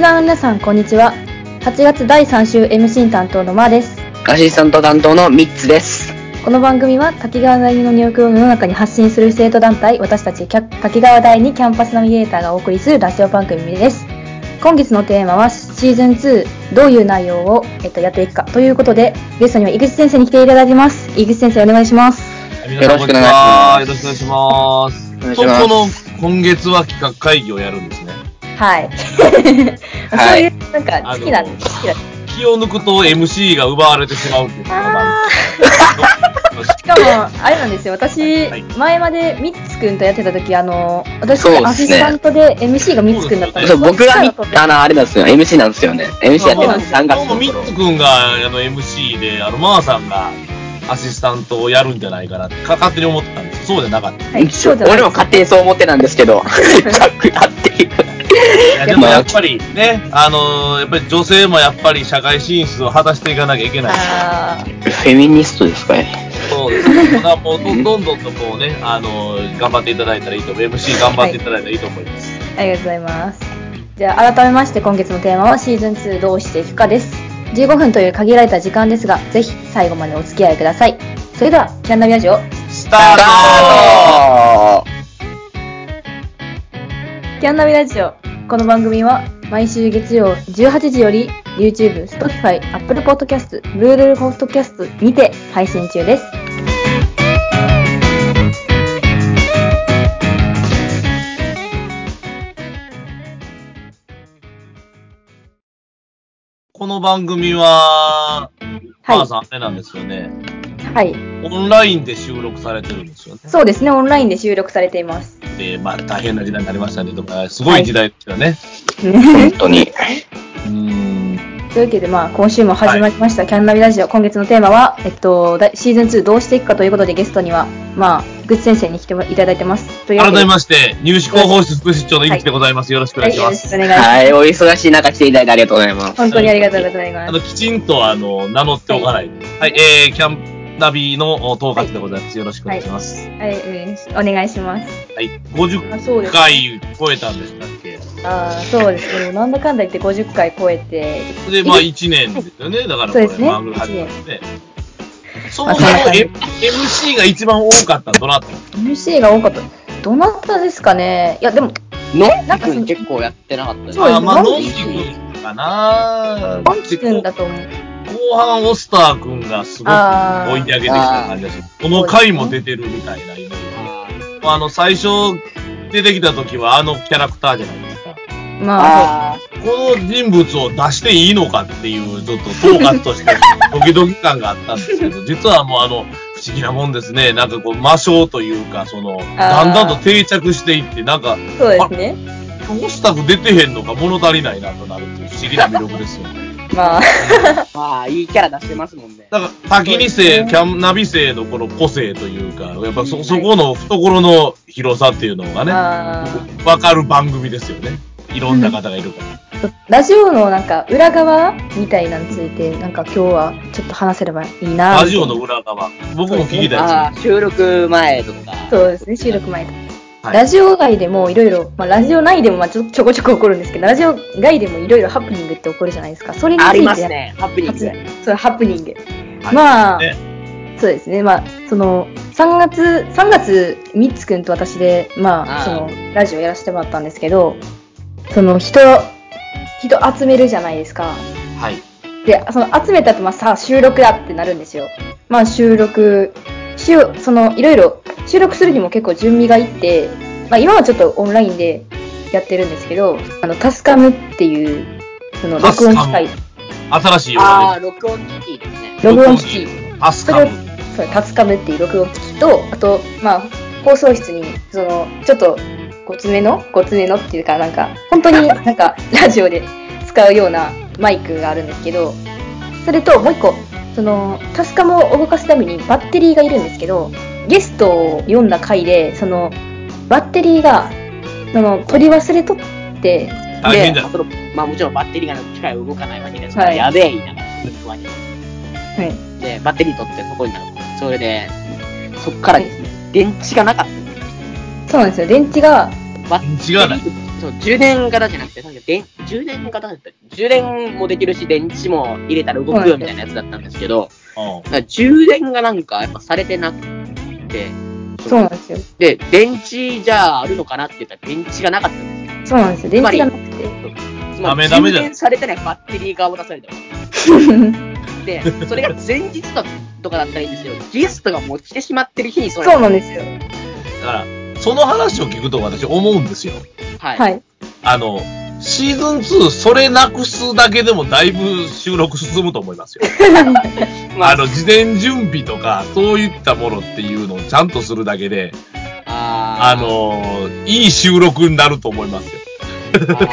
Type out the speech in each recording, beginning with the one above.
ナー皆さんこんにちは8月第3週 MC 担当のまーですアシスタント担当のミッツです。この番組は滝川第二の魅力を世の中に発信する生徒団体私たちキャ滝川第二キャンパスナビゲーターがお送りするラジオ番組です今月のテーマはシーズン2どういう内容を、えっと、やっていくかということでゲストには井口先生に来ていただきます井口先生お願いします皆さんよろしくお願いこんにちはよろしくお願いします。お願いしまとこの今月は企画会議をやるんですね。はい はいそういうなんか好きなんです好きなんです気を抜くと MC が奪われてしまうっていうのがあーあるんですしかも、あれなんですよ、私、はい前までミッツくんとやってた時あの、私そうですねがアシスタントで MC がミッツくんだったんでそすう、僕がミそうあの、あれなんですよ。MC なんですよね。MC やって ます。3月今日のもミ頃ッツ君があの MC で、あの、マーさんがアシスタントをやるんじゃないかなって、か勝手に思ってたんですよ。そうじゃなかった。いはい、そうじゃない俺も勝手にそう思ってたんですけど、逆だっていう。やでもやっぱりね、あのーやっぱり女性もやっぱり社会進出を果たしていかなきゃいけない。あーフェミニストですかね。そうですね。だからもうどんどんどんとこうね、あのー頑張っていただいたらいいと思う。MC 頑張っていただいたらいいと思います。ありがとうございます。じゃあ、改めまして今月のテーマはシーズン2どうしていくかです。15分という限られた時間ですが、ぜひ最後までお付き合いください。それでは、キャンナビラジオ、スタスタートキャンナビラジオ。この番組は毎週月曜18時より YouTube、Spotify、Apple Podcast、Google Podcast にて配信中です。この番組はは、い母さんあれなんですよね。はい。オンラインで収録されてるんですよね。そうですね、オンラインで収録されています。で、まあ大変な時代になりましたね。とか、すごい時代ですよね。本当に。うーん。というわけで、まあ、今週も始まりました、キャンナビラジオ。今月のテーマは、えっと、だシーズン2どうしていくかということで、ゲストには、まあ、グッズ先生に来ていただいてます。というわ改けでめまして、入試広報室副室長の井口でございます。よろしくお願いしはまい、よろす。しくお願いします。はい、お忙しい中来ていただいてありがとうございます。本当にありがとうございまあす。の、きちんと、あの、名乗っておかないと。はい、えー、キャンナビのお統括でございます。よろしくお願いします。はい、うんお願いします。はい、あそうで50す回超えたんでしたっけああ、そうですね。なんだかんだ言って50回超えて、で、 まあ1年ですよね。だからこそうでれ、すねマグロ始まって。そもあそそんもな感じ M- MC が一番多かったのどなた MC が多かった。どなたですかねいや、でも、のなんんかその君結構やってなかったねそうですあまあ、ののんんききくんかなバンチ君だと思う。後半、オスターくんがすごくあー追い上げてきた感じがする。この回も出てるみたいなイメージ。あの、最初出てきた時はあのキャラクターじゃないですか。まあ、あこの人物を出していいのかっていう、ちょっと統括 として、ドキドキ感があったんですけど、実はもうあの、不思議なもんですね。なんかこう、魔性というか、その、だんだんと定着していって、なんか、そうですね。教師宅出てへんのか物足りないなとなるっていう不思議な魅力ですよね。まあ、ーまあ、いいキャラ出してますもんね。だから、滝にそうですせ、ねキャンナビ生のこの個性というか、やっぱうそ、んそこの懐の広さっていうのがね、あーわかる番組ですよね。いろんな方がいるから。ラジオのなんか裏側みたいなのについて、なんか今日はちょっと話せればいいな。ラジオの裏側。僕も聞きたいですあー収録前とか。そうですね、収録前とか。はいラジオ外でもいろいろ、まあ、ラジオ内でもまあちょ ちょこちょこ起こるんですけど、ラジオ外でもいろいろハプニングって起こるじゃないですか。それについてありますね。ハプニング。そう、ハプニング。はいまあ、ねそうですね。まあ、その、3月、3月、ミッツくんと私で、まあ、あーその、ラジオやらせてもらったんですけど、その、人、人集めるじゃないですか。はい。で、その、集めたと、まあ、さあ、収録だってなるんですよ。まあ、収録、しようその、いろいろ、収録するにも結構準備がいって、まあ、今はちょっとオンラインでやってるんですけど、あの、タスカムっていう、その、タス録カ音ム機械、新しいあよあ、録音機器ですね。録音録機器音。ね。アスカム。そうタスカムっていう録音機器とあとまあ放送室にそのちょっとごつめのごつめのっていうかなんか本当 になんかラジオで使うようなマイクがあるんですけどそれともう一個そのタスカムを動かすためにバッテリーがいるんですけどゲストを読んだ回でそのバッテリーがその取り忘れとって大変じゃまあん。そのまあもちろんバッテリーがない機械は動かないわけですはいやべえ言いながら行くわけではいすでバッテリー取ってそこになるそれでそっからですね電池がなかったんですそうなんですよ電池がバッテリー違うなそそう、充電型じゃなくて、なんか電充電型だったり、充電もできるし、電池も入れたら動くよみたいなやつだったんですけど、うなんか充電がなんかやっぱされてなくて、そうなんですよ。で、電池じゃああるのかなって言ったら電池がなかったんですそよ。うなんですよ。電池がなくて。つダまメりダメ充じゃん電されてないバッテリーが渡されたわけで、それが前日とかだったらいいん ですけど、ゲストがもう来てしまってる日にそれ そうなんですよ。ん。だから、その話を聞くと私思うんですよ。はい。はい。あの、シーズン2、それなくすだけでもだいぶ収録進むと思いますよ。まあ、あの、事前準備とか、そういったものっていうのをちゃんとするだけで、ああの、いい収録になると思いますよ。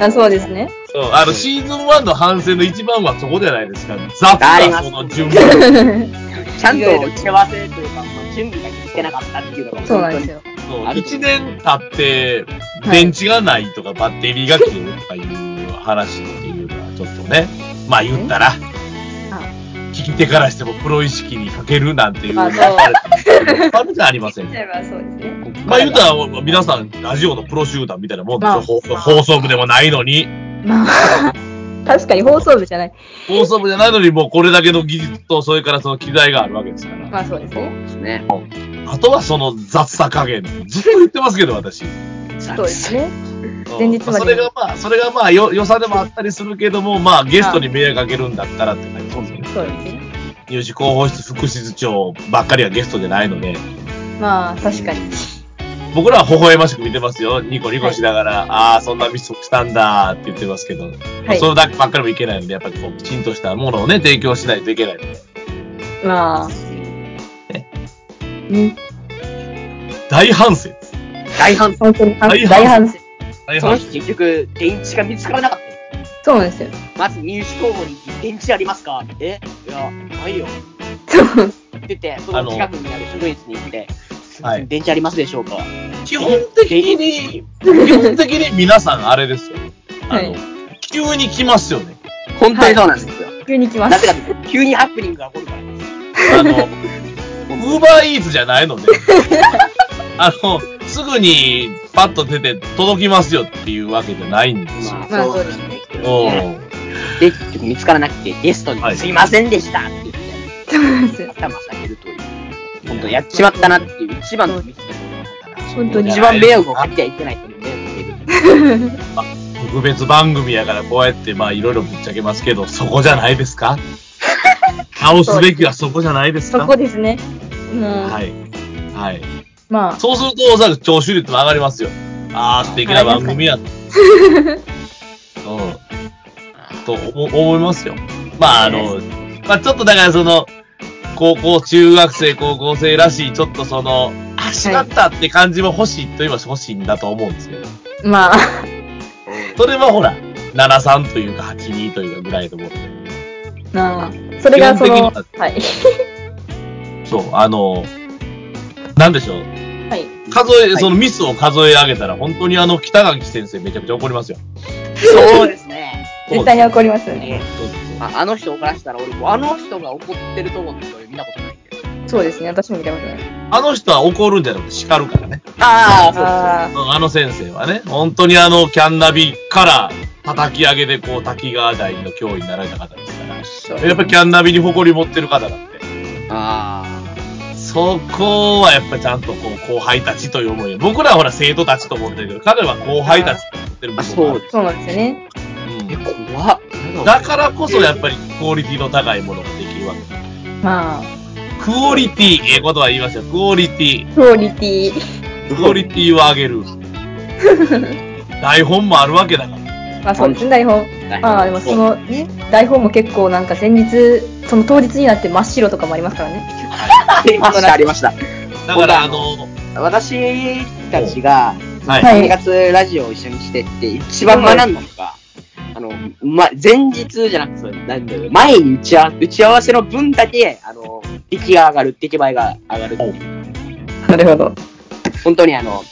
あそうです。 ね。そう、あの、シーズン1の反省の一番はそこじゃないですか。雑ありなまそすの準備。ちゃんと打ち合わせというか、まあ準備がしてなかったっていうのが、そうなんですよ。そう、ある1年経って、電池がないとか、バッテリーが切れるとかいう話っていうのは、ちょっとね、まあ言ったら、聞き手からしてもプロ意識に欠けるなんていうのはまあそうある あるじゃありませんか。例えばそうですね。まあ言うたら、皆さん、ラジオのプロ集団みたいなもんでしまょあ放送放送部でもないのに。まあ、 確かに放送部じゃない。放送部じゃないのに、もうこれだけの技術と、それからその機材があるわけですから。まあそうですね。すね。あとはその雑さ加減。ずっと言ってますけど、私。そそうですね。前前日までそれがまあ、それがまあ、よ、良さでもあったりするけども、まあ、ゲストに迷惑かけるんだったらって感じですそよね。うですね。入試広報室副室長ばっかりはゲストじゃないので、まあ確かに。僕らは微笑ましく見てますよ。ニコニコしながら、ああ、そんなミスをしたんだって言ってますけど、はいそれだけばっかりもいけないので、やっぱりこう、きちんとしたものをね、提供しないといけないので。まあ。ね、大反省です。大反省。本当に反大反省大反省。大その反省。日結局、電池が見つからなかった。そうなんですよ。まず入試候補に電池ありますかえいや、ないよ。って言って、その近くにある書類室に行って、すいません電池ありますでしょうか基本的に、基本的に皆さんあれですよ。あの、はい急に来ますよね。本当にそうなんですよ。急に来まなぜす。かというと、急にハプニングが起こるからです。あの、ウーバーイーツじゃないので、 あの、すぐにパッと出て届きますよっていうわけじゃないんですよ。まあそうですね。おで、結局見つからなくて、ゲストに、はいすいませんでしたって言って、そうなんですよ。頭下げるという。本当やっちまったなっていう、一番のミスだと思ったら、本当に一番迷惑をかけてはいけないという迷惑をかける。特別番組やからこうやってまあいろいろぶっちゃけますけど、そこじゃないで すか直すべきはそこじゃないですそかこですね。もう、はい。はい。まあ、そうすると、おそらく聴取率も上がりますよ。ああ、素敵な番組や。うん。と思思いますよ。まあ、あの、まあ、ちょっとだからその、高校、中学生、高校生らしい、ちょっとその、あ、しまったって感じも欲しいと言えば欲しいんだと思うんですけど、まあ、 それはほら、73というか82というかぐらいと思って。まあ、それがその、基本的はい。そう、あの、なんでしょう。はい。数はえ、いそのミスを数え上げたら、本当にあの、北垣先生めちゃくちゃ怒りますよ。そうですね。絶対に怒りますよね。ねそうそうそうああの人怒らせたら、俺、あの人が怒ってるとこって俺見たことないんで。そうですね。私も見たことない。あの人は怒るんじゃなくて叱るからね。ああうんあの先生はね、本当にあのキャンナビから叩き上げでこう滝川大の教員になられた方ですから。そうやっぱりキャンナビに誇り持ってる方だって。あそこはやっぱちゃんとこう後輩たちという思いで。僕らはほら生徒たちと思ってるけど、彼は後輩たちと思ってる部あ、分もそあうる。あ、です。そうなんですよね。え、う怖っ。ん、だからこそやっぱりクオリティの高いものができるわけ。まあ、クオリティ、ええことは言いますよ。クオリティ。クオリティ。クオリティを上げ る。台本もあるわけだから。まあそうですね、台本。らまあでもそのね、台本も結構なんか前日、その当日になって真っ白とかもありますからね。ありました、ありました。だからあの、私たちが、はい。はい生活ラジオを一緒にしてって、一番学んだのが、あの、ま、前日じゃなくて、なんだろう、前に打ち合わ打ち合わせの分だけ、あの、出来が上がる、出来栄えが上がるっていう。なるほど。本当にあの、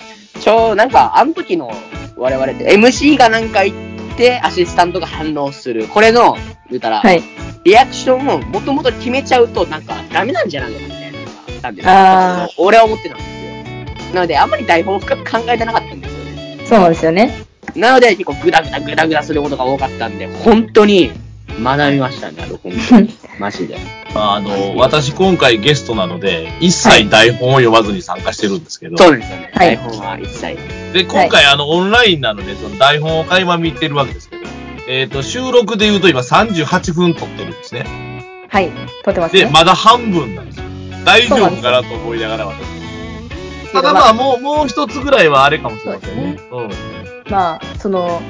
ちょ、なんか、あの時の我々って、MC がなんか言って、アシスタントが反応する。これの、言うたら、はい。リアクションをもともと決めちゃうと、なんか、ダメなんじゃないのみたいなのがあったんですよあー俺は思ってたんですよ。なので、あんまり台本を深く考えてなかったんですよね。そうなんですよね。なので、結構グダグダグダグダすることが多かったんで、本当に学びましたね、あの、 本当に。マジで。あの、私今回ゲストなので、一切台本を読まずに参加してるんですけど、そうですよね。はい台本は一切。で、今回あの、オンラインなので、その台本を垣間見てるわけですけど、えっ、と、収録で言うと今38分撮ってるんですね。はい、撮ってますで、ね。まだ半分なんですよ。大丈夫かなと思いながら私。けたどだままああ、もう、もう一つぐらいはあれかもしれませんね。うん。まあ、その、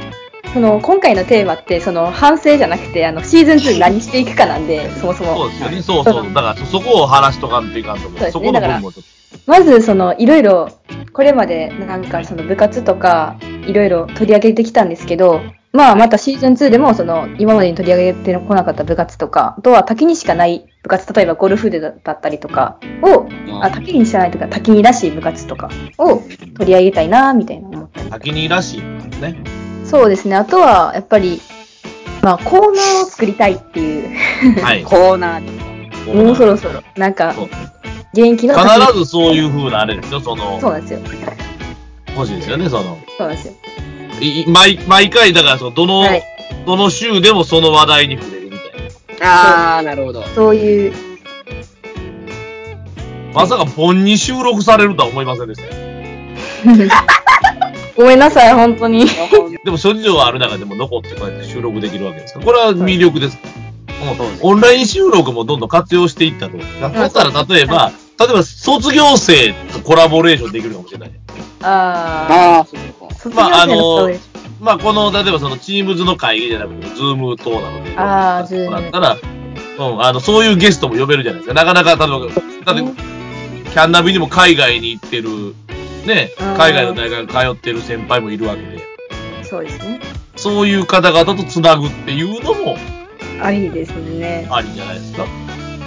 その今回のテーマって、その反省じゃなくて、あのシーズン2何していくかなんで、そもそそうも。ですよね。そうそう。だから、そそこを話しとかんといかんと思そうでう。すねそこの部分もちょっまず、その、いろいろ、これまでなんかその部活とか、いろいろ取り上げてきたんですけど、まあ、またシーズン2でも、その、今までに取り上げてこなかった部活とか、あとは滝にしかない部活、例えばゴルフでだったりとかを、あ、滝にしかないとか、滝にらしい部活とかを取り上げたいな、みたいな思ったりと、先にらしいんですね。そうですね。あとは、やっぱり、まあ、コーナーを作りたいっていう。はい。コーナーもうそろそろ。なんかそう、現役の。必ずそういう風なあれですよ、そのそ、うなんですよ。欲しいですよね、その。そうなんですよ。いい毎毎回、だからその、どの、はい。どの週でもその話題に触れるみたいあー、なるほど。そういう、な。まさか本に収録されるとは思いませんでしたよ。 ごめんなさい、本当に。でも諸事情がある中でも残ってこうやって収録できるわけですから、これは魅力です。うんそうですオンライン収録もどんどん活用していったと。だったら例えば、例えば卒業生とコラボレーションできるかもしれない。ああー、そうあ。か。卒業生の人でまあ、この、例えばその、チームズの会議じゃなくて、ズーム等なので、あーそうだったら、うん、あの、そういうゲストも呼べるじゃないですか。なかなか、例えば、だって、キャンナビにも海外に行ってる、ね、うん海外の大学に通ってる先輩もいるわけで、そうですね。そういう方々とつなぐっていうのもありですね。ありじゃないですか。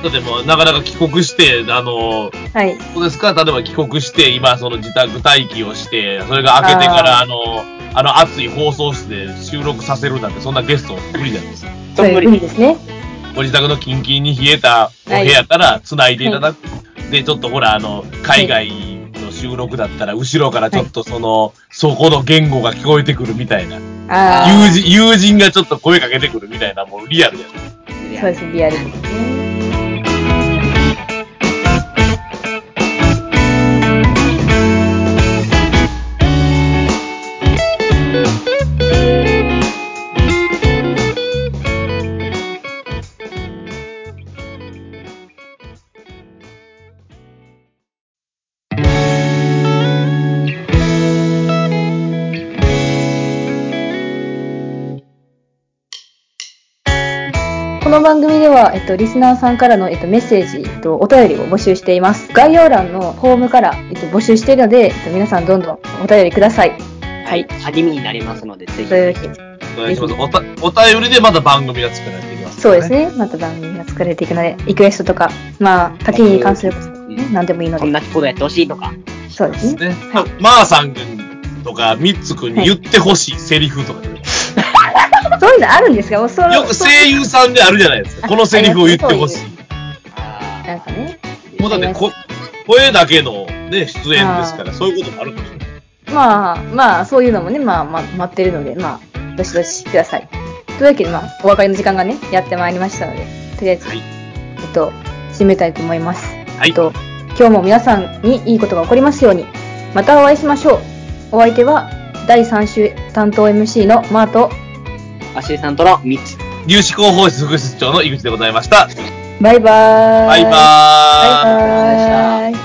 だってもう、なかなか帰国して、あの、はい。そうですか、例えば帰国して、今、その自宅待機をして、それが明けてから、あの、あの熱い放送室で収録させるなんて、そんなゲスト無理じゃないですか。そういう意味ですね。ご自宅のキンキンに冷えたお部屋から繋いでいただく。で、ちょっとほら、あの、海外の収録だったら、後ろからちょっとその、そこの言語が聞こえてくるみたいな。あ友人、友人がちょっと声かけてくるみたいな、もうリアルやあ。そうですね、リアルですね。この番組では、えっと、リスナーさんからの、えっと、メッセージ、えっと、お便りを募集しています。概要欄のフォームから、えっと、募集しているので、えっと、皆さんどんどんお便りください。はい。励みになりますので、ぜひ。というわけでお願いします。おた、お便りでまた番組が作られていきます、そうです。ね。また番組が作られていくので、リクエストとか、まあ、滝に関すること、ね、何でもいいのこんで、なことやってほしいとか。そうですね。ね。はいあまーさんくんとか、みっつくんに言ってほしいセリフとかね、そういうのあるんですか恐よく声優さんであるじゃないですか。このセリフを言ってほしい。あなんかね。もうだってこ、声だけのね、出演ですから、そういうこともあるかもしれない。まあ、まあ、そういうのもね、まあ、まあ、待ってるので、まあ、どしどしください。というわけで、まあ、お別れの時間がね、やってまいりましたので、とりあえず、はいえっと、締めたいと思います。はいえっと、今日も皆さんにいいことが起こりますように、またお会いしましょう。お相手は、第3週担当 MC のマート、ーアシスタントの3つ。入試広報室副室長の井口でございました。バイバーイ。バイバーイ。バイバーイ。